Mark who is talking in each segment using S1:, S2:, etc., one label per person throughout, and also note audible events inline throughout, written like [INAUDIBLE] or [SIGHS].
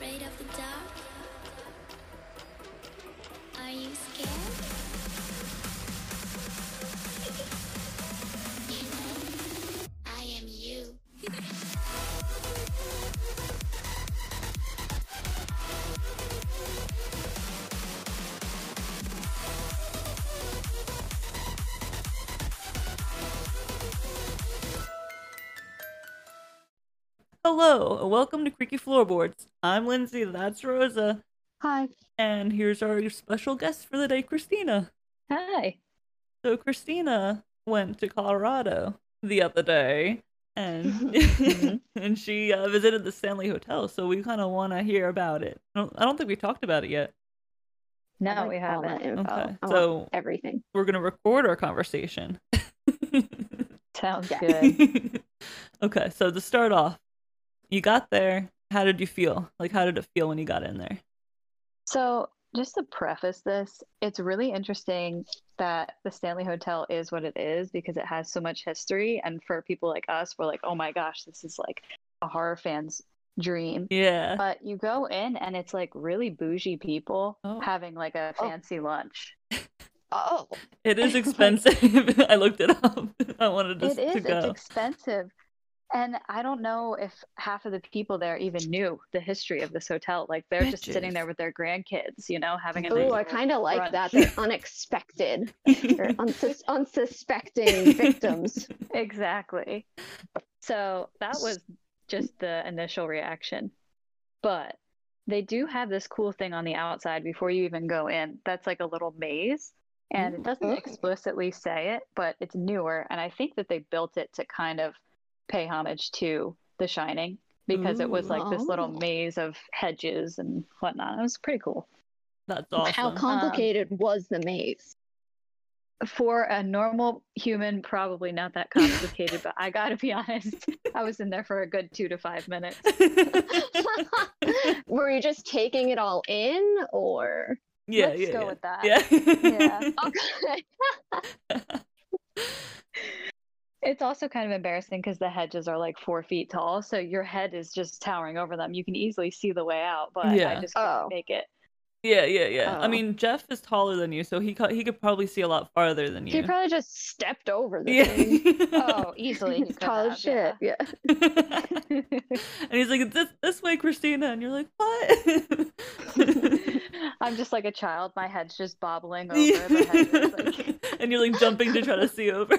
S1: of the dark? Are you scared? [LAUGHS] You know, I am you.
S2: Hello, and welcome to Creaky Floorboards. I'm Lindsay, that's Rosa,
S3: Hi.
S2: and here's our special guest for the day, Christina.
S3: Hi.
S2: So, Christina went to Colorado the other day, and [LAUGHS]
S3: Mhm.
S2: and she uh, visited the Stanley Hotel. So we kind of want to hear about it. I don't, I don't think we talked about it yet.
S3: No,
S4: I like
S3: we
S4: all that
S3: haven't.
S4: info.
S2: Okay,
S4: I want
S2: so
S4: everything.
S2: we're gonna record our conversation.
S3: Sounds
S4: Yeah. [LAUGHS]
S3: good.
S2: [LAUGHS] okay, so to start off, you got there. How did you feel? Like, how did it feel when you got in there?
S3: So, just to preface this, it's really interesting that the Stanley Hotel is what it is because it has so much history. And for people like us, we're like, oh my gosh, this is like a horror fan's dream.
S2: Yeah.
S3: But you go in and it's like really bougie people
S2: Oh.
S3: having like a
S4: Oh.
S3: fancy lunch.
S4: Oh,
S2: It is
S3: [LAUGHS] Like-
S2: expensive. [LAUGHS] I looked it up. I wanted us
S3: It is,
S2: to
S3: it's
S2: go.
S3: expensive. And I don't know if half of the people there even knew the history of this hotel. Like they're just sitting
S2: Bitches.
S3: there with their grandkids, you know, having a
S2: Ooh,
S3: nice
S4: oh, I
S3: little
S4: kind of like
S3: brunch.
S4: that. They're
S2: [LAUGHS]
S4: unexpected. They're unsus- unsuspecting victims.
S3: Exactly. So that was just the initial reaction. But they do have this cool thing on the outside before you even go in. That's like a little maze. And it doesn't
S4: Mm.
S3: explicitly say it, but it's newer. And I think that they built it to kind of pay homage to The Shining because it was
S2: Ooh.
S3: like this little
S4: Oh.
S3: maze of hedges and whatnot. It was pretty cool.
S2: That's awesome.
S4: How complicated was the maze? [LAUGHS]
S3: for a normal human, probably
S2: [LAUGHS]
S3: not that complicated, but I gotta be honest, I was in there for a good two to five minutes.
S4: Were you just taking it all in, or
S2: [LAUGHS] yeah,
S3: Let's
S2: yeah,
S3: go
S2: yeah.
S3: with
S2: Yeah.
S3: that. Yeah.
S4: okay?
S3: It's also kind of embarrassing because the hedges are like four feet tall, so your head is just towering over them. You can easily see the way out, but
S2: Yeah.
S3: I just couldn't
S4: Oh. [LAUGHS]
S3: make it.
S2: [LAUGHS] yeah, yeah, yeah. I
S4: Oh.
S2: mean, Jeff is taller than you, so he co- he could probably see a lot farther than you.
S4: He probably just stepped over
S2: [LAUGHS]
S4: the thing.
S2: yeah.
S3: Oh, easily. you
S4: It's
S3: [LAUGHS] could
S4: tall as
S3: have,
S4: shit. Yeah.
S2: [LAUGHS] and he's like, "This this way, Christina," and you're like,
S3: [LAUGHS]
S2: "What?"
S3: yeah. [LAUGHS] I'm just like a child. My head's
S2: [LAUGHS]
S3: just bobbling over Oh, the hedges. Like,
S2: and you're like jumping to try to see over.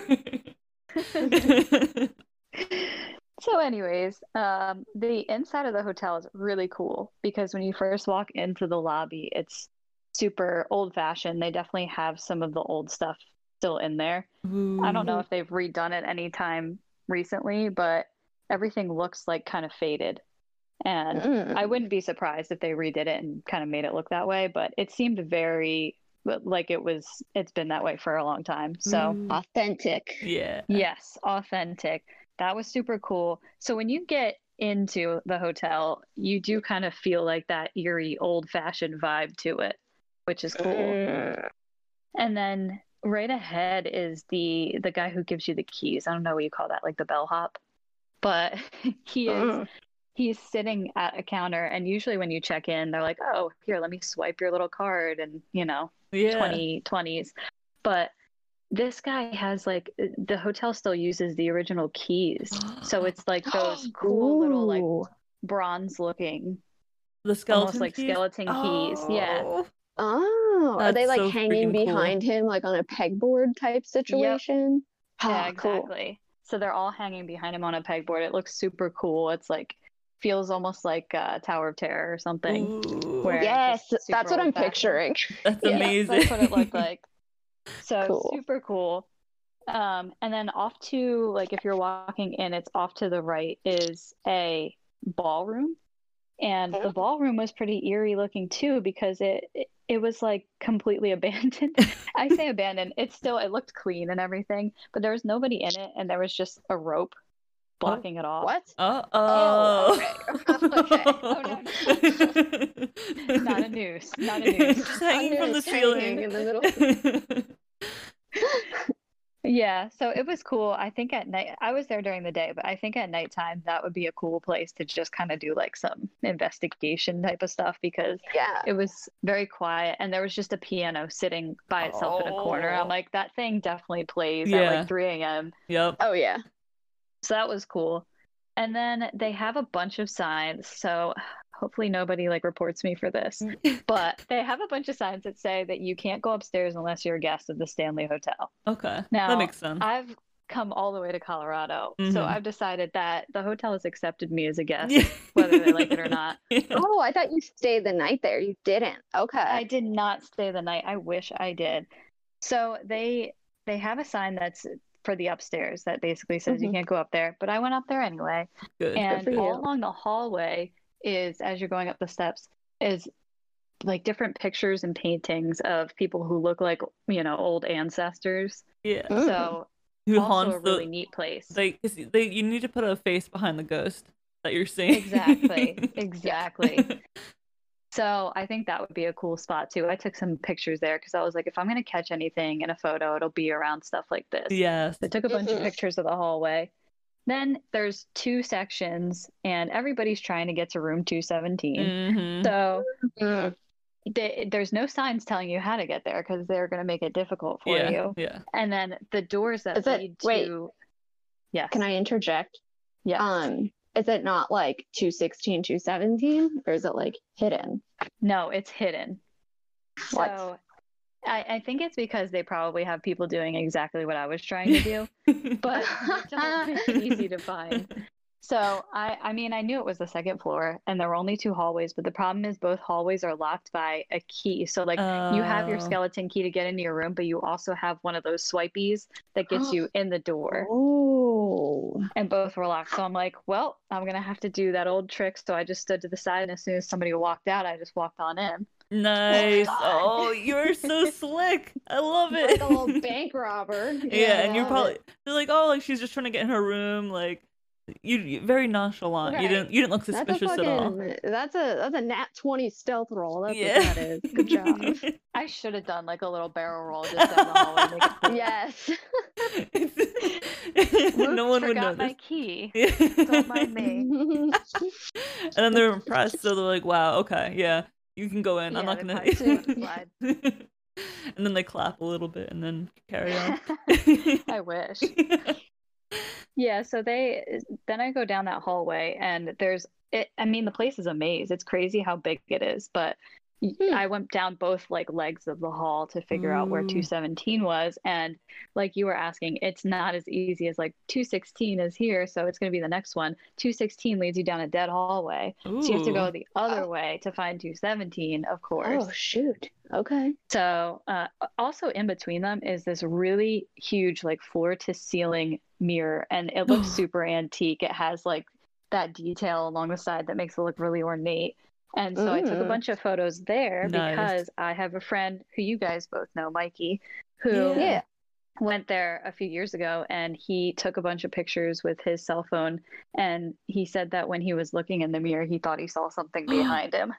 S3: So, anyways, um, the inside of the hotel is really cool because when you first walk into the lobby, it's super old fashioned. They definitely have some of the old stuff still in there. [LAUGHS] I don't
S2: Mm-hmm. [LAUGHS]
S3: know if they've redone it anytime recently, but everything looks like kind of faded. And
S4: Mm.
S3: I wouldn't be surprised if they redid it and kind of made it look that way, but it seemed very like it was, it's been that way for a long time. So,
S2: Ooh.
S4: Authentic.
S2: yeah.
S3: Yes, authentic. That was super cool. So when you get into the hotel, you do kind of feel like that eerie old-fashioned vibe to it, which is cool.
S4: Mm.
S3: And then right ahead is the the guy who gives you the keys. I don't know what you call that, like the bellhop. But [LAUGHS] he is
S4: Mm.
S3: he's sitting at a counter and usually when you check in, they're like, "Oh, here, let me swipe your little card and, you know,
S2: Yeah.
S3: 2020s. But this guy has like the hotel still uses the original keys. So
S2: [GASPS]
S3: it's like those cool little like
S4: Ooh.
S3: bronze looking
S2: the skeleton
S3: almost like
S2: keys?
S3: skeleton keys. Yeah.
S2: Oh.
S4: Oh, are they
S2: That's
S4: like
S2: so
S4: hanging
S2: freaking cool.
S4: behind him, like on a pegboard type situation?
S3: Yeah,
S4: Ah, cool.
S3: exactly. So they're all hanging behind him on a pegboard. It looks super cool. It's like feels almost like uh, Tower of Terror or something.
S2: Ooh,
S3: where-
S4: Yes,
S3: just
S4: that's
S3: super
S4: what I'm
S3: old-fashioned.
S4: picturing.
S2: [LAUGHS] that's
S3: Yeah,
S2: amazing.
S3: That's what it
S2: [LAUGHS]
S3: looked like. So
S4: Cool.
S3: super cool. Um, and then off to like if you're walking in, it's off to the right is a ballroom, and the
S4: Mhm.
S3: ballroom was pretty eerie looking too because it it, it was like completely [LAUGHS] abandoned. I say abandoned. It still it looked clean and everything, but there was nobody in it, and there was just a rope blocking it off.
S4: What?
S2: Uh
S4: Oh,
S2: oh.
S3: [LAUGHS]
S4: okay. Oh,
S2: [LAUGHS] no.
S3: Not a noose. Not
S2: [LAUGHS]
S3: a noose.
S2: Just hanging from the [LAUGHS]
S4: Understanding
S2: ceiling.
S4: in the middle.
S3: Yeah, Yeah, so it was cool. I think at night, I was there during the day, but I think at nighttime, that would be a cool place to just kind of do like some investigation type of stuff because
S4: Yeah.
S3: it was very quiet and there was just a piano sitting by itself in a corner.
S2: Oh.
S3: I'm like, that thing definitely plays at
S2: Yeah.
S3: like 3 a.m.
S2: Yep. [LAUGHS]
S4: Oh yeah.
S3: So that was cool. And then they have a bunch of signs. So hopefully nobody like reports me for this,
S2: Mm.
S3: but they have a bunch of signs that say that you can't go upstairs unless you're a guest of the Stanley Hotel.
S2: Okay. that
S3: Now,
S2: makes sense.
S3: I've come all the way to Colorado,
S2: Mhm.
S3: so I've decided that the hotel has accepted me as a guest,
S2: Yeah.
S3: whether they like it
S2: [LAUGHS]
S3: or not.
S2: Yeah.
S4: Oh, I thought you stayed the night there. You didn't. Okay.
S3: I did not stay the night. I wish I did. So they they have a sign that's for the upstairs that basically says you
S4: Mhm.
S3: can't go up there, but I went up there anyway.
S2: Mm-hmm. Good.
S3: and
S4: for you.
S3: all along the hallway is as you're going up the steps is like different pictures and paintings of people who look like you know old ancestors
S2: yeah.
S4: Mm.
S3: so
S2: Who
S3: also
S2: haunts
S3: a really
S2: the?
S3: neat place
S2: They, 'cause they, you need to put a face behind the ghost that you're seeing. [LAUGHS]
S3: exactly exactly so i think that would be a cool spot too i took some pictures there because i was like if i'm going to catch anything in a photo it'll be around stuff like this
S2: yes.
S3: I took a bunch
S4: Mhm.
S3: of pictures of the hallway. Then there's two sections, and everybody's trying to get to room 217.
S2: Mhm.
S3: So
S4: Mm.
S3: they, there's no signs telling you how to get there because they're going to make it difficult for
S2: yeah.
S3: you.
S2: Yeah.
S3: And then the doors that
S4: Is it-
S3: lead
S4: wait.
S3: to yes,
S4: Can I interject?
S3: yes,
S4: Um, is it not like 216, 217? Or is it like hidden?
S3: no, it's hidden.
S4: What?
S3: So I, I think it's because they probably have people doing exactly what I was trying to do,
S2: [LAUGHS]
S3: but it's not easy to find. So I, I mean, I knew it was the second floor, and there were only two hallways. But the problem is both hallways are locked by a key. So like. You have your
S2: Oh.
S3: skeleton key to get into your room, but you also have one of those swipeys that gets you in the door.
S4: Oh.
S3: and both were locked. So I'm like, well, I'm gonna have to do that old trick. So I just stood to the side, and as soon as somebody walked out, I just walked on in.
S2: Nice.
S4: God.
S2: Oh, you're so slick. I love it.
S4: Like a
S2: [LAUGHS]
S4: little bank robber.
S2: yeah, and you're probably they're like, oh, like she's just trying to get in her room. Like, you you- very nonchalant. You
S4: Right.
S2: didn't you didn't look
S4: That's a
S2: suspicious at all.
S4: fucking. That's a that's a nat twenty stealth roll. That's
S2: Yeah.
S4: what that
S2: [LAUGHS]
S4: is. [LAUGHS] Good job.
S3: I should have done like a little barrel roll just down the hallway. and make it clear. [LAUGHS]
S4: yes.
S2: It's- no
S3: Whoops,
S2: one would notice.
S3: forgot my key.
S2: [LAUGHS] Don't
S3: Don't mind me.
S4: [LAUGHS]
S2: and then they're impressed, so they're like, "Wow, okay, yeah, you can go in. I'm
S3: Yeah,
S2: not
S3: they
S2: gonna."
S3: probably see
S2: [LAUGHS]
S3: it on
S2: and then they clap a little bit, and then carry
S3: [LAUGHS]
S2: on. [LAUGHS]
S3: I wish. Yeah. So they then I go down that hallway, and there's it. I mean, the place is a maze. It's crazy how big it is, but. y-
S4: Hmm.
S3: I went down both like legs of the hall to figure out where
S2: Ooh.
S3: 217 was and like you were asking it's not as easy as like 216 is here so it's going to be the next one 216 leads you down a dead hallway so you have to go
S2: Ooh.
S3: the other way to find 217 of course
S4: oh shoot. Okay.
S3: so uh, also in between them is this really huge like floor to ceiling mirror and
S4: [SIGHS]
S3: it looks super antique it has like that detail along the side that makes it look really ornate and so i took a
S4: Mm.
S3: bunch of photos there
S2: Nice.
S3: because i have a friend who you guys both know mikey who
S2: Yeah.
S4: Yeah.
S3: went there a few years ago and he took a bunch of pictures with his cell phone and he said that when he was looking in the mirror he thought he
S4: [GASPS]
S3: saw something behind him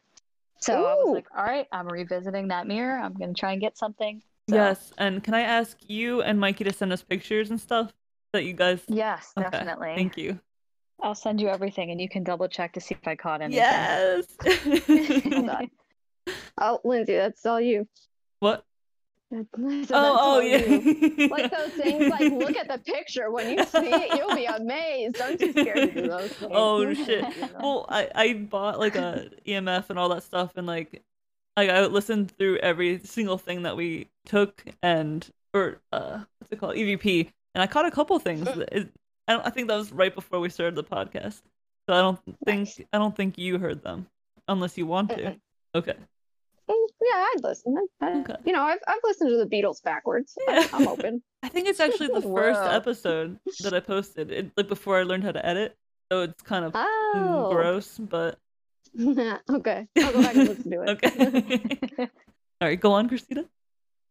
S3: so i
S4: Ooh.
S3: was like all right i'm revisiting that mirror i'm going to try and get something So-
S2: Yes, and can I ask you and Mikey to send us pictures and stuff that you guys?
S3: yes
S2: Okay,
S3: definitely
S2: Thank you.
S3: i'll send you everything and you can double check to see if i caught
S2: [LAUGHS]
S3: anything [LAUGHS]
S4: [LAUGHS]
S2: Yes.
S4: Hold
S2: [LAUGHS]
S4: on. Oh, Lindsay, that's all you.
S2: what?
S4: That- [LAUGHS] that's
S2: oh, oh
S4: all
S2: yeah. [LAUGHS]
S4: you. Like those things, like look at the picture. When you see it, you'll be amazed. I'm too
S2: [LAUGHS]
S4: scared to do those things.
S2: Oh, shit.
S4: [LAUGHS] You know?
S2: well I, I bought like a emf and all that stuff and like like i listened through every single thing that we took and or uh what's it called evp and i caught a couple things
S4: [LAUGHS]
S2: that is- I, don't, I think that was right before we started the podcast so i don't think
S4: Nice.
S2: i don't think you heard them unless you want to
S4: [LAUGHS] Mm-mm.
S2: okay
S4: Mm, Yeah, I'd listen. I- I-
S2: Okay.
S4: You know, I've, I've listened to the Beatles backwards.
S2: Yeah.
S4: I'm open.
S2: i think it's actually the first
S3: Whoa.
S2: episode that i posted it, like before i learned how to edit so it's kind of [LAUGHS] mm,
S4: Oh.
S2: gross but
S4: [LAUGHS] okay. I'll go back and listen to it.
S2: [LAUGHS]
S3: [LAUGHS]
S2: okay all right go on christina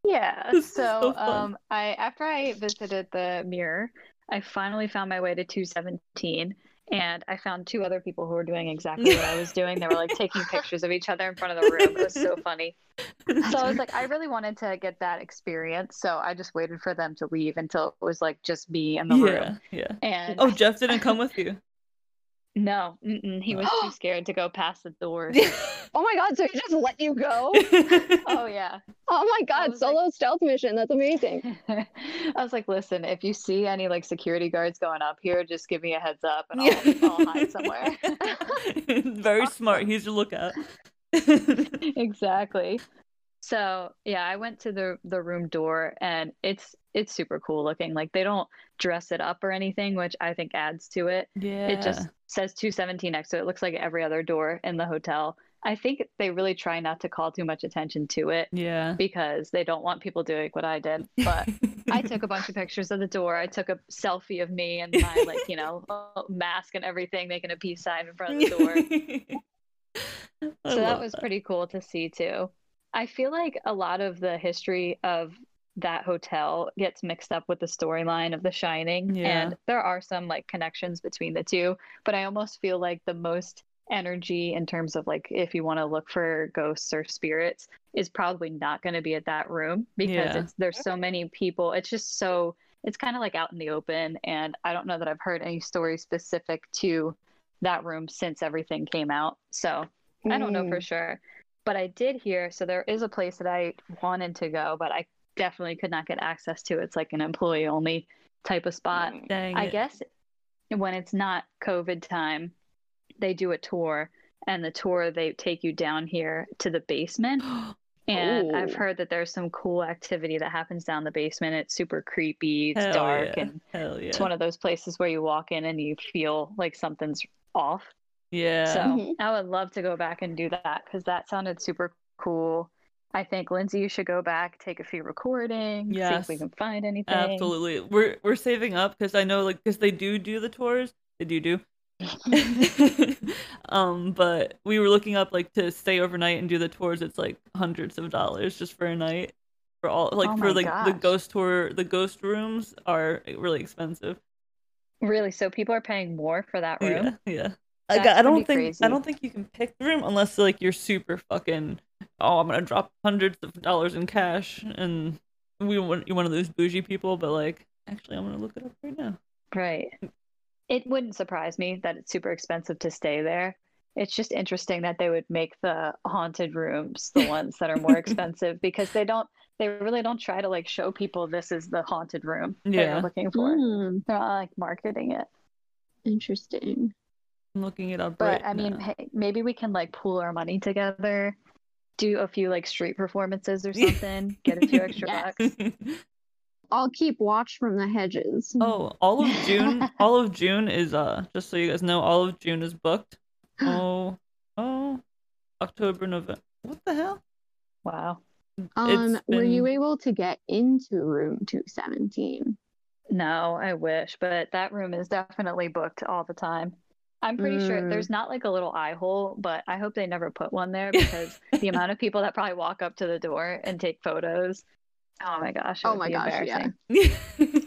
S3: Yeah.
S2: This is so
S3: so
S2: fun.
S3: um I after I visited the mirror, I finally found my way to 217 And I found two other people who were doing exactly what
S2: [LAUGHS]
S3: I was doing. They were like taking pictures of each other in front of the room. It was so funny.
S2: [LAUGHS]
S3: So I was like, I really wanted to get that experience. So I just waited for them to leave until it was like just me in the room.
S2: yeah, yeah.
S3: And
S2: Oh, Jeff didn't come with
S3: [LAUGHS]
S2: you.
S3: no, mm-mm, he was
S2: [GASPS]
S3: too scared to go past the door.
S4: Oh my god, so he just let you
S2: [LAUGHS]
S4: go?
S3: [LAUGHS] oh, yeah. [LAUGHS]
S4: Oh my god,
S3: was like-
S4: solo stealth mission. That's amazing.
S3: I was like, listen, if you see any like security guards going up here, just give me a heads up and
S2: Yeah.
S3: I'll, I'll
S2: [LAUGHS]
S3: hide somewhere. [LAUGHS]
S2: Very smart. He's your lookout.
S3: exactly. So yeah, I went to the the room door and it's it's super cool looking. Like they don't dress it up or anything, which I think adds to it.
S2: yeah.
S3: It just says 217 next to it. It looks like every other door in the hotel. I think they really try not to call too much attention to it
S2: Yeah.
S3: because they don't want people doing what I did. But I
S2: [LAUGHS]
S3: took a bunch of pictures of the door. I took a selfie of me and my like, you know, mask and everything, making a peace sign in front of the door.
S2: I
S3: so that
S2: love
S3: was pretty cool to see too. I feel like a lot of the history of that hotel gets mixed up with the storyline of The Shining,
S2: Yeah.
S3: and there are some like connections between the two. But I almost feel like the most energy in terms of like if you want to look for ghosts or spirits is probably not going to be at that room because
S2: Yeah.
S3: it's, there's so many people. It's just so it's kind of like out in the open, and I don't know that I've heard any stories specific to that room since everything came out. So I don't
S4: Mm.
S2: Mm.
S3: know for sure, but I did hear. So there is a place that I wanted to go, but I definitely could not get access to. It's like an employee only type of spot.
S2: Dang
S3: I
S2: it. [GASPS]
S3: guess when it's not COVID time, they do a tour, and the tour they take you down here to the basement. And I've
S2: Oh.
S4: Ooh.
S3: heard that there's some cool activity that happens down the basement. It's super creepy. It's
S2: Hell
S3: dark,
S2: yeah.
S3: and
S2: Hell yeah.
S3: it's one of those places where you walk in and you feel like something's off.
S2: yeah.
S3: So
S4: Mhm.
S3: I would love to go back and do that because that sounded super cool. I think Lindsay, you should go back, take a few recordings, see if we
S2: Yes.
S3: can find anything.
S2: Absolutely. We're we're saving up because I know like because they do do the tours. They do
S3: [LAUGHS]
S2: do. [LAUGHS] um, but we were looking up like to stay overnight and do the tours. It's like hundreds of dollars just for a night. For all like
S3: Oh
S2: for
S3: my
S2: like the
S3: gosh.
S2: ghost tour, the ghost rooms are really expensive.
S3: Really? So people are paying more for that room?
S2: Yeah, yeah. Like,
S3: That's
S2: I don't
S3: pretty
S2: think
S3: crazy.
S2: I don't think you can pick the room unless like you're super fucking. Oh, I'm gonna drop hundreds of dollars in cash, and we want you're one of those bougie people. But like, actually, I'm gonna look it up right now.
S3: Right. It wouldn't surprise me that it's super expensive to stay there. It's just interesting that they would make the haunted rooms the ones that
S2: [LAUGHS]
S3: are more expensive because they don't they really don't try to like show people this is the haunted room
S2: Yeah.
S3: they're looking for.
S4: Mm,
S3: They're not like marketing it.
S4: interesting.
S2: I'm looking it up. right
S3: But I mean,
S2: now.
S3: hey, maybe we can like pool our money together, do a few like
S4: [LAUGHS]
S3: street performances or something, get a few extra
S4: Yes.
S3: bucks.
S4: I'll keep watch from the hedges.
S2: [LAUGHS] oh, all of
S3: [LAUGHS]
S2: June, all of June is uh, just so you guys know, all of June is
S3: [GASPS]
S2: booked. Oh, oh, October, November. What the hell? [LAUGHS]
S3: Wow.
S4: um,
S2: it's
S4: were you
S2: been-
S4: able to get into room 217?
S3: No, I wish, but that room is definitely booked all the time. I'm pretty sure
S4: Mm.
S3: there's not like a little eye hole, but I hope they never put
S4: [LAUGHS]
S3: one there because the amount of people that probably walk up to the door and take photos. Oh my gosh. it
S4: Oh
S3: would
S4: my
S3: be
S4: gosh, yeah.
S3: embarrassing.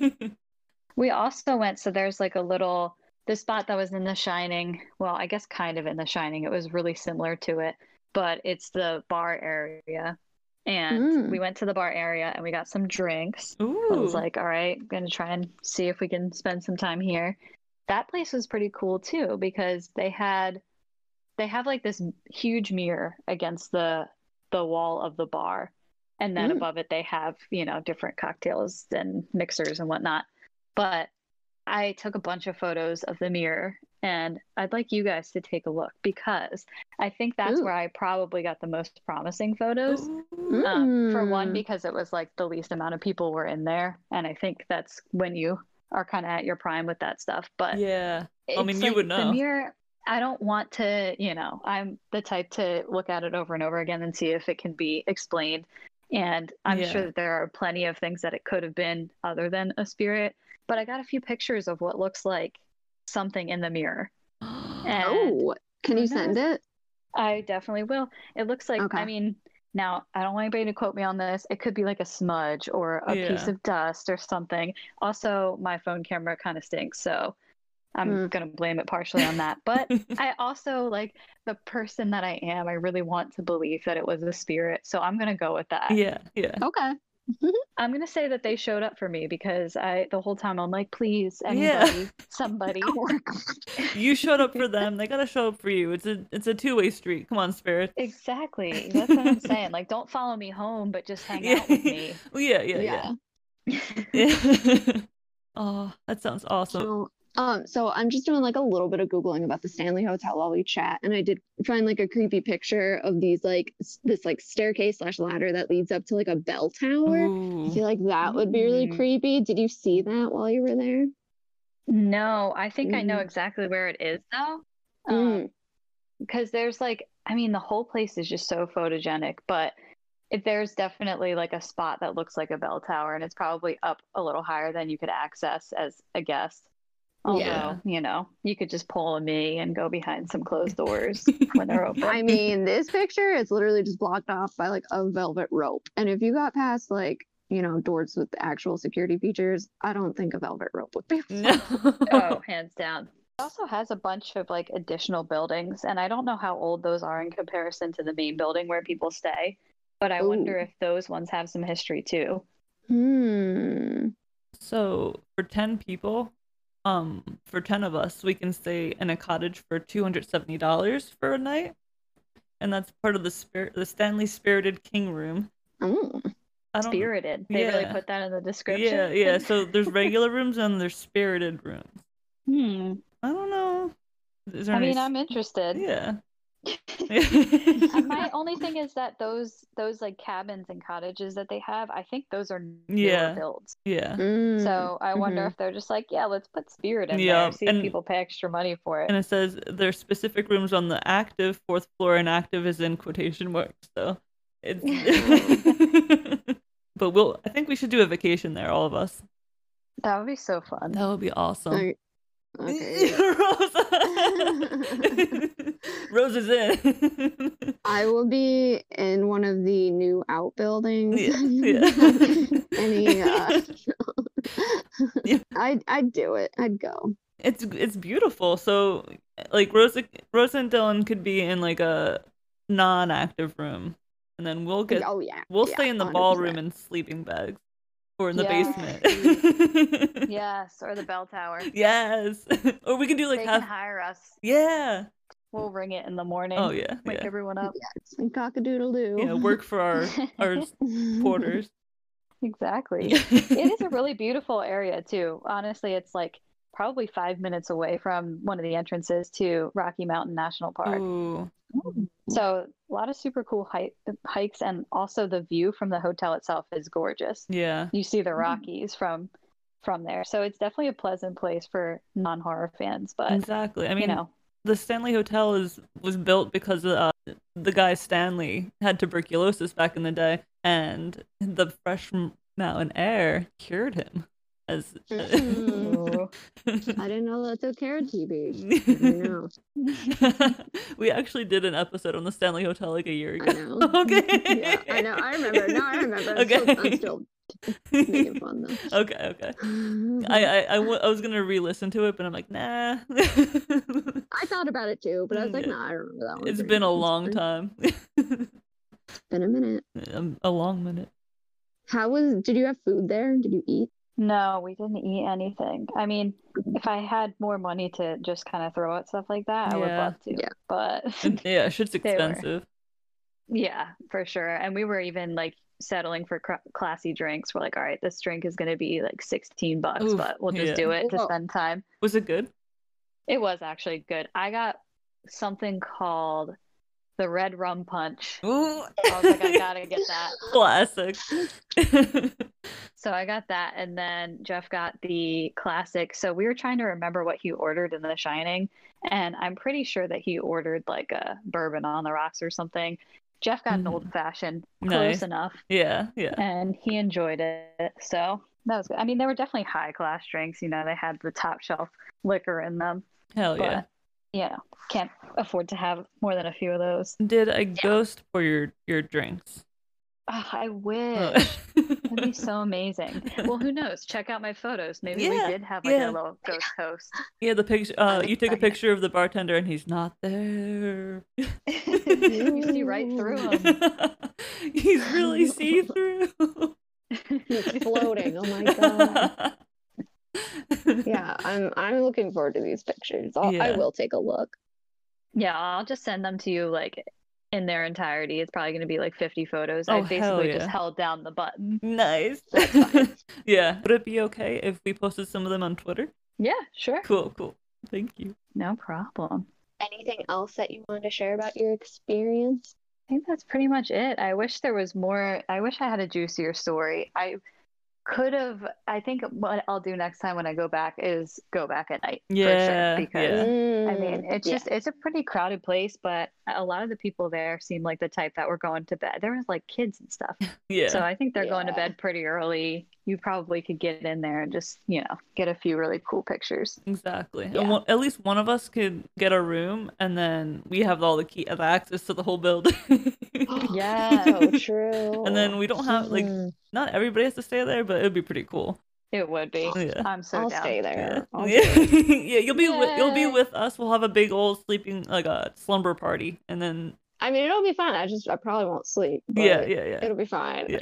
S3: We also went, so there's like a little, the spot that was in The Shining, well, I guess kind of in The Shining, it was really similar to it, but it's the bar area. And
S4: Mm.
S3: we went to the bar area and we got some drinks.
S2: Ooh,
S3: I was like, all right, gonna try and see if we can spend some time here. That place was pretty cool too because they had they have like this huge mirror against the the wall of the bar. And then
S4: Mm.
S3: above it they have, you know, different cocktails and mixers and whatnot. But I took a bunch of photos of the mirror and I'd like you guys to take a look because I think that's
S4: Ooh.
S3: where I probably got the most promising photos
S2: Ooh.
S3: um, for one
S2: Hmm.
S4: Mm.
S3: because it was like the least amount of people were in there and i think that's when you are kind of at your prime with that stuff but
S2: yeah. I mean,
S3: it's,
S2: you
S3: like,
S2: would know.
S3: the mirror i don't want to you know i'm the type to look at it over and over again and see if it can be explained and i'm
S2: Yeah.
S3: sure that there are plenty of things that it could have been other than a spirit but i got a few pictures of what looks like something in the mirror and
S4: Oh, can
S3: who
S4: you send it?
S3: I definitely will. It looks like,
S4: Okay.
S3: I mean, now I don't want anybody to quote me on this. It could be like a smudge or a piece
S2: Yeah.
S3: of dust or something. Also, my phone camera kind of stinks, so I'm
S4: Mm.
S3: gonna blame it partially on that.
S2: [LAUGHS]
S3: But I also like the person that I am. I really want to believe that it was a spirit, so I'm gonna go with
S2: [LAUGHS]
S3: that.
S2: yeah, yeah.
S4: Okay. [LAUGHS]
S3: I'm gonna say that they showed up for me because I the whole time I'm like, please,
S2: Yeah.
S3: anybody,
S2: [LAUGHS]
S3: somebody.
S2: You showed up for them. They gotta show up for you. It's a it's a two way street. Come on, spirit.
S3: exactly. That's what I'm saying. Like, don't follow me home, but
S2: [LAUGHS]
S3: just hang out with me.
S2: Well, Oh, yeah,
S4: yeah. [LAUGHS]
S2: yeah, yeah. [LAUGHS] yeah. [LAUGHS] oh, that sounds awesome.
S4: So, um, so I'm just doing like a little bit of googling about the Stanley Hotel while we chat, and I did find like a creepy picture of these like s- this like staircase slash ladder that leads up to like a bell tower. I
S2: Ooh.
S4: feel like that would be really
S3: Mm.
S4: creepy. Did you see that while you were there?
S3: No, I think I know
S4: Mm.
S3: exactly where it is though. Um,
S4: Mm.
S3: because there's like i mean the whole place is just so photogenic but if there's definitely like a spot that looks like a bell tower and it's probably up a little higher than you could access as a guest although
S2: Yeah.
S3: you know you could just pull a me and go behind some
S4: [LAUGHS]
S3: closed doors when they're open
S4: I mean, this picture is literally just blocked off by like a velvet rope, and if you got past like you know doors with actual security features, I don't think a velvet rope would be.
S2: [LAUGHS] No. [LAUGHS]
S3: oh hands down it also has a bunch of like additional buildings and i don't know how old those are in comparison to the main building where people stay but i wonder
S4: Ooh.
S3: if those ones have some history too
S4: Hmm.
S2: So for ten people, um, for ten of us, we can stay in a cottage for two hundred seventy dollars for a night, and that's part of the spirit, the Stanley Spirited King Room.
S4: Oh.
S2: I don't.
S3: spirited they really
S2: Yeah.
S3: put that in the description
S2: Yeah, yeah.
S3: [LAUGHS]
S2: So there's regular rooms and there's spirited rooms.
S3: Hmm.
S2: I don't know. Is there
S3: I
S2: any
S3: mean,
S2: s-
S3: I'm interested. [LAUGHS]
S2: Yeah.
S3: Uh, My only thing is that those those like cabins and cottages that they have, I think those are newer
S2: Yeah.
S3: builds.
S2: [LAUGHS] yeah.
S4: Mm.
S3: So I wonder
S4: mhm.
S3: if they're just like, yeah, let's put spirit in
S2: Yeah,
S3: there, see
S2: and-
S3: if people pay extra money for it.
S2: And it says there's specific rooms on the active fourth floor, and active is in quotation marks. So it's. [LAUGHS] but we'll. I think we should do a vacation there, all of us.
S3: that would be so fun.
S2: That would be awesome.
S4: Okay.
S2: [LAUGHS]
S4: okay. [LAUGHS]
S2: Rose. Rose is in.
S4: I will be in one of the new outbuildings. [LAUGHS]
S2: yeah. yeah.
S4: Any, uh,
S2: [LAUGHS] Yeah.
S4: [LAUGHS] I'd, I'd do it. I'd go.
S2: it's it's beautiful. So like Rosa Rosa and Dylan could be in like a non-active room, and then we'll get
S4: oh, yeah.
S2: we'll
S4: yeah,
S2: stay in the
S4: 100%.
S2: ballroom in sleeping bags or in the
S3: Yeah. [LAUGHS]
S2: basement.
S3: Yes, or the bell tower.
S2: [LAUGHS] Yes. or we can do like
S3: they
S2: half.
S3: can hire us.
S2: yeah.
S3: We'll ring it in the morning.
S2: Oh yeah.
S3: Wake
S2: Yeah.
S3: everyone up. [LAUGHS]
S4: Yes, and cockadoodle-doo.
S2: Yeah.
S4: [LAUGHS]
S2: Work for our our porters.
S3: Exactly. [LAUGHS]
S2: [LAUGHS]
S3: it is a really beautiful area too. Honestly, it's like probably five minutes away from one of the entrances to Rocky Mountain National Park.
S2: Ooh.
S3: So a lot of super cool hi- hikes, and also the view from the hotel itself is gorgeous.
S2: Yeah. Mm-hmm.
S3: You see the Rockies from from there, so it's definitely a pleasant place for non horror fans. But
S2: Exactly. I mean,
S3: you know,
S2: the Stanley Hotel is was built because uh, the guy Stanley had tuberculosis back in the day, and the fresh m- mountain air cured him. As mm, [LAUGHS]
S4: Mhm. I didn't know that took care of TB. I know.
S2: [LAUGHS] we actually did an episode on the Stanley Hotel like a year
S4: I
S2: ago.
S4: know. [LAUGHS]
S2: Okay.
S4: Yeah, I know. I remember. No, I remember. I'm
S2: Okay.
S4: still, I'm still making
S2: okay.
S4: fun, though.
S2: [LAUGHS] Okay. I I,
S4: I, [SIGHS]
S2: uh, I, w- I was gonna re-listen to it, but I'm like, nah. [LAUGHS]
S4: thought about it too, but I was like,
S2: Yeah.
S4: no, I remember that one.
S2: it's
S4: pretty
S2: been a
S4: good. It's
S2: long
S4: been-
S2: time, [LAUGHS]
S4: Been a minute.
S2: Um, a long minute.
S4: How was? Did you have food there? Did you
S2: [LAUGHS]
S4: eat?
S3: no, we didn't eat anything. I mean, if I had more money to just kind of throw at stuff like that, I would
S2: Yeah.
S3: love to.
S4: Yeah.
S3: But
S2: And, yeah, shit's
S3: were.
S2: expensive.
S3: [LAUGHS] Yeah, for sure. And we were even like settling for cr classy drinks. We're like, all right, this drink is going to be like 16 bucks,
S2: Oof,
S3: but we'll just
S2: yeah.
S3: do it to
S4: Well-
S3: spend time.
S2: Was it good?
S3: It was actually good. I got something called the red rum punch.
S2: Ooh.
S3: I was like, I gotta get that.
S2: Classic. [LAUGHS]
S3: So I got that. And then Jeff got the classic. So we were trying to remember what he ordered in The Shining. And I'm pretty sure that he ordered like a bourbon on the rocks or something. Jeff got an
S2: Mhm.
S3: old fashioned,
S2: Nice.
S3: close enough.
S2: yeah, yeah.
S3: and he enjoyed it. So that was good. I mean, they were definitely high class drinks. You know, they had the top shelf liquor in them.
S2: Hell
S3: but
S2: Oh, yeah.
S3: you know, can't afford to have more than a few of those.
S2: Did a ghost for your your drinks?
S3: Ugh, I
S2: Oh.
S3: wish. That'd be so amazing. Well, who knows? Check out my photos. Maybe we
S2: Yeah,
S3: did have like
S2: yeah.
S3: a little ghost
S2: [LAUGHS]
S3: host.
S2: [LAUGHS] Yeah, the picture. Uh, you take a
S4: Right.
S2: picture of the bartender, and he's not there.
S3: you see right through him.
S4: Um,
S2: [LAUGHS] he's really
S4: [LAUGHS]
S2: see through.
S4: He's floating.
S2: [LAUGHS]
S4: Oh my god. Yeah, I'm I'm looking forward to these pictures. I'll, I
S2: Yeah.
S4: will take
S2: [LAUGHS]
S4: a look.
S3: [LAUGHS] Yeah, I'll just send them to you like in their entirety. It's probably going to be like 50 photos. I
S2: Oh,
S3: basically
S2: hell
S3: just
S2: yeah.
S3: held down the button.
S2: Nice.
S4: That's fine.
S2: [LAUGHS] yeah. Would it be okay if we posted some of them on Twitter?
S3: Yeah, sure.
S2: Cool, cool. Thank you.
S3: No problem.
S4: Anything else that you wanted to share about
S2: [LAUGHS]
S4: your experience?
S3: I think that's pretty much it. I wish there was more. I wish I had a juicier story. I could have. I think what I'll do next time when I go back is go back at night.
S2: Yeah,
S3: For sure, because
S2: yeah.
S3: I
S4: Mm,
S3: mean, it's
S4: Mm-hmm. yeah.
S3: just
S4: [LAUGHS]
S3: it's a pretty crowded place, but a lot of the people there seem like the type that were going to bed. There was like kids and
S4: [LAUGHS]
S3: stuff,
S2: Yeah.
S3: so I think they're going to
S4: Yeah.
S3: bed pretty early. You probably could get in there and just you know get a few really
S4: [LAUGHS]
S3: cool pictures. [LAUGHS]
S2: exactly.
S4: Yeah.
S2: And one, at least one of us could get a room, and then we have all the key of access to the whole building. [LAUGHS]
S3: Yeah.
S4: so Oh, true.
S2: And then we don't have, like,
S4: Hmm.
S2: Not everybody has to stay there, but it would be pretty cool.
S3: It would be.
S2: Yeah.
S3: I'm so
S4: Oh, I'll
S3: down.
S4: stay there.
S2: Yeah, [LAUGHS]
S4: I'll
S2: yeah.
S4: stay.
S2: Yeah, You'll be with, you'll be
S3: Yay.
S2: with us. We'll have a big old sleeping like a slumber party, and then
S4: I mean, it'll be fun. I just I probably won't sleep. But
S2: yeah, yeah, yeah,
S4: It'll be fine. [LAUGHS]
S2: yeah.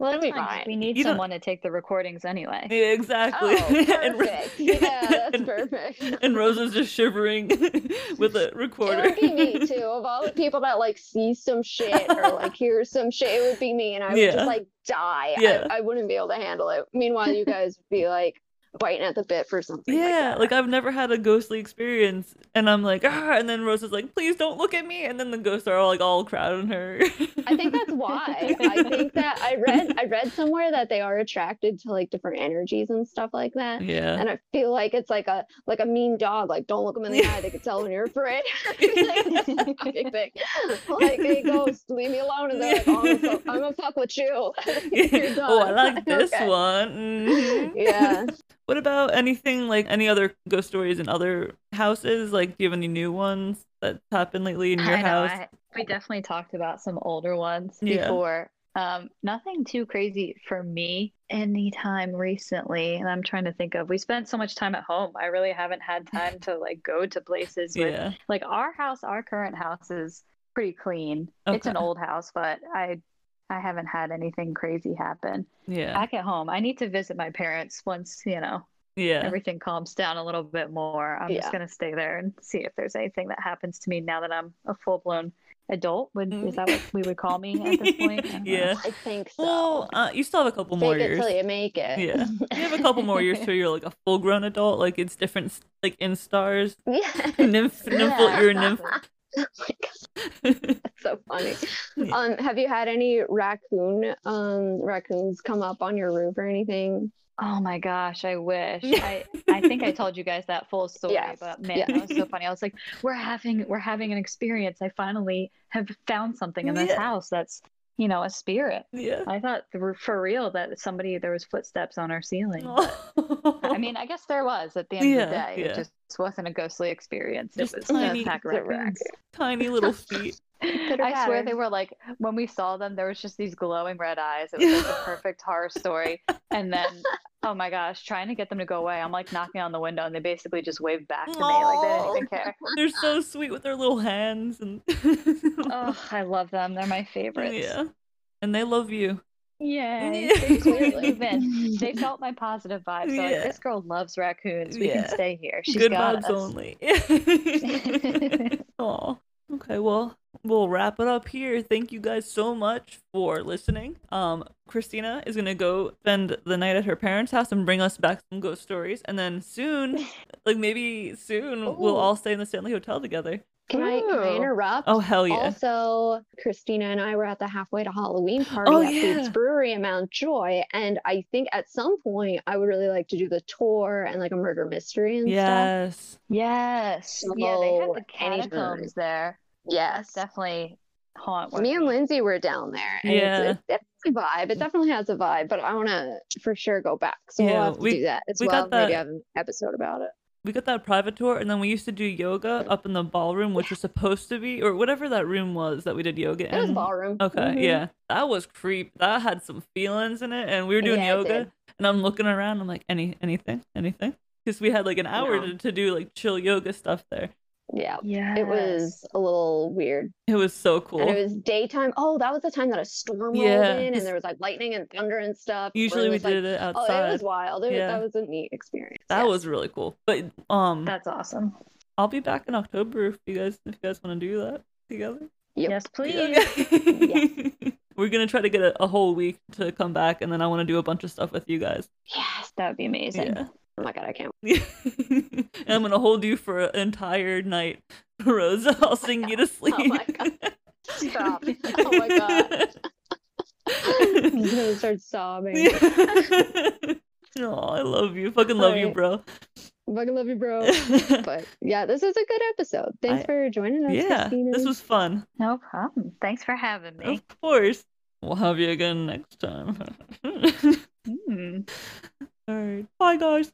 S4: Well,
S3: That's
S4: it'll be
S3: fine, 'cause
S4: fine.
S3: We need
S2: You don't-
S3: someone to take the recordings anyway.
S2: Yeah, exactly.
S4: Oh,
S2: [LAUGHS] And Ro-
S4: perfect. yeah,
S2: [LAUGHS]
S4: that's
S2: and-
S4: perfect.
S2: [LAUGHS] And Rosa's just shivering [LAUGHS] with a recorder.
S4: It would be
S2: [LAUGHS]
S4: me too. Of all the people that like see some shit or like hear some shit, it would be me, and I would
S2: Yeah.
S4: just like die.
S2: Yeah.
S4: I, I wouldn't be able to handle it. Meanwhile, you guys would be like biting at the bit for something.
S2: yeah, like
S4: like,
S2: I've never had a ghostly experience, and I'm like, ah, and then Rosa's like, please don't look at me, and then the ghosts are all like all crowding her.
S4: that. I think that's why. I think that I read I read somewhere that they are attracted to like different energies and stuff like
S2: [LAUGHS]
S4: that. [LAUGHS]
S2: yeah.
S4: And I feel like it's like a like a mean dog. Like don't look them in the eye. They can tell when
S2: [LAUGHS]
S4: you're afraid. [LAUGHS] like,
S3: [LAUGHS]
S4: big thing. Like hey ghost, leave me alone. And they're like, oh, I'm, gonna fuck, I'm gonna fuck with you. You're
S2: Oh, I
S4: done.
S2: like this
S4: [LAUGHS] Okay.
S2: one. Mhm. [LAUGHS]
S4: yeah.
S2: What about anything like any other ghost stories in other houses? Like, do you have any new ones that's happened lately in your
S3: I know,
S2: house?
S3: I- we definitely talked about some older ones
S2: Yeah.
S3: before. Um, nothing too crazy for me anytime recently. And I'm trying to think of, we spent so much time at home. I really haven't had time to like go to places with,
S2: yeah.
S3: like our house, our current house is pretty clean. It's an
S2: Okay.
S3: old house, but I, I haven't had anything crazy happen.
S2: Yeah.
S3: Back at home, I need to visit my parents once, you know,
S4: [LAUGHS]
S2: Yeah.
S3: everything calms down a little bit more, I'm
S4: Yeah.
S3: just going to stay there and see if there's anything that happens to me now that I'm a full blown adult. Would
S2: Mm.
S3: is that what we would call me at this
S2: [LAUGHS]
S3: point? I don't know.
S2: Yeah.
S4: I think so.
S2: Well, uh, you still have a couple
S4: Fake
S2: more
S4: it
S2: years.
S4: till you make it.
S2: Yeah. You have a couple more years till you're like a full grown adult. Like it's different, s- like in
S3: [LAUGHS]
S2: stars,
S4: [LAUGHS]
S2: [LAUGHS]
S4: Yeah.
S2: nymph, nymphal,
S3: Yeah,
S2: you're a nymph.
S3: exactly.
S4: Oh my God, that's so funny. Um, have you had any raccoon um raccoons come up on your roof or anything?
S3: Oh my gosh, I
S2: [LAUGHS]
S3: wish. I, I think I told you guys that full story,
S4: Yes.
S3: but man,
S4: Yes.
S3: that was so funny. I was like, we're having we're having an experience. I finally have found something in this
S2: Yeah.
S3: house that's, you know, a spirit.
S2: [LAUGHS] yeah.
S3: I thought th- for real that somebody there was footsteps on our ceiling. I
S2: [LAUGHS]
S3: mean, I guess there was at the end of the
S2: Yeah,
S3: day. It
S2: yeah.
S3: just wasn't a ghostly experience.
S2: Just
S3: it was
S2: tiny
S3: a pack of
S4: little
S3: raccoons. [LAUGHS]
S2: tiny little feet.
S4: Could have
S3: I swear they
S4: mattered.
S3: were like when we saw them, there was just these glowing red eyes. It was like
S2: [LAUGHS]
S3: the perfect horror story. And then, oh my gosh, trying to get them to go away, I'm like knocking on the window, and they basically just waved back to me like they didn't even care.
S2: They're so sweet with their little hands and [LAUGHS]
S3: Oh, I love them. They're my favorites.
S2: yeah, and they love you. [LAUGHS]
S3: Yay.
S2: Yeah.
S3: They just wouldn't
S2: Clearly.
S3: leave in. They felt my positive vibe. So like,
S2: Yeah.
S3: this girl loves raccoons. We
S2: Yeah.
S3: can stay here. She's
S2: Good
S3: got
S2: vibes
S3: us.
S2: only. [LAUGHS] Oh, okay. Well, we'll wrap it up here. Thank you guys so much for listening. Um, Christina is gonna go spend the night at her parents' house and bring us back some ghost stories, and then soon, like maybe soon, we'll
S4: Ooh.
S2: all stay in the Stanley Hotel together.
S4: Can I, can I
S3: Ooh.
S4: interrupt?
S2: Oh hell yeah!
S4: Also, Christina and I were at the halfway to
S2: [GASPS]
S4: Halloween party
S2: Oh,
S4: at Boots
S2: yeah.
S4: Brewery in Mount Joy, and I think at some point I would really like to do the tour and like a murder mystery and stuff.
S2: yes.
S3: Yes. yeah, they
S4: So,
S3: had the
S4: anytime.
S3: catacombs there. That's
S4: Yes,
S3: definitely haunt.
S4: me and
S3: worthy.
S4: Lindsay were down there. And
S2: Yeah.
S4: it's, it's, it's a vibe. It definitely has a vibe, but I want to for sure go back. So
S2: Yeah,
S4: we'll have to
S2: we-
S4: do that as
S2: we
S4: well.
S2: got
S4: Maybe
S2: that-
S4: I have an episode about it.
S2: we got that private tour, and then we used to do yoga up in the ballroom, which was supposed to be or whatever that room was that we did yoga in.
S4: It was ballroom.
S2: Okay,
S4: Mhm.
S2: yeah, that was creep. That had some feelings in it, and we were doing
S4: Yeah, it
S2: yoga,
S4: did.
S2: and I'm looking around. I'm like, any anything, anything, because we had like an hour
S4: No.
S2: to, to do like chill yoga stuff there.
S4: Yeah.
S3: Yeah.
S4: It was a little weird.
S2: It was so cool.
S4: And it was daytime. Oh, that was the time that a storm
S2: Yeah,
S4: rolled in
S2: it's-
S4: and there was like lightning and thunder and stuff. We're
S2: Usually we
S4: just like,
S2: did it outside.
S4: Oh, it was wild. It was-
S2: Yeah.
S4: That was a neat experience.
S2: that
S4: Yeah.
S2: was really cool. But um,
S3: That's awesome.
S2: I'll be back in October if you guys if you guys want to do that together.
S4: Yep.
S3: Yes, please.
S2: Okay. [LAUGHS] We're gonna try to get a, a whole week to come back, and then I want to do a bunch of stuff with you guys.
S4: Yes.
S3: That would be amazing.
S2: Yeah.
S4: Oh my god, I [LAUGHS] can't.
S2: [LAUGHS] and I'm gonna hold you for an entire night, [LAUGHS] Rosa. I'll sing you to
S4: [LAUGHS]
S2: sleep.
S4: Oh my God. [LAUGHS] Stop. oh my god. [LAUGHS]
S2: [LAUGHS]
S4: I'm just gonna start sobbing.
S2: Oh, I love you. Fucking love you,
S4: Alright.
S2: bro.
S4: Fucking love
S2: [LAUGHS]
S4: you, bro. But yeah, this is a good episode. Thanks
S2: I-
S4: for joining us,
S2: yeah,
S4: Christina.
S2: this was fun.
S3: No problem. Thanks for having me.
S2: Of course. We'll [LAUGHS] have you again next time.
S3: Mm.
S2: All right. Bye, guys.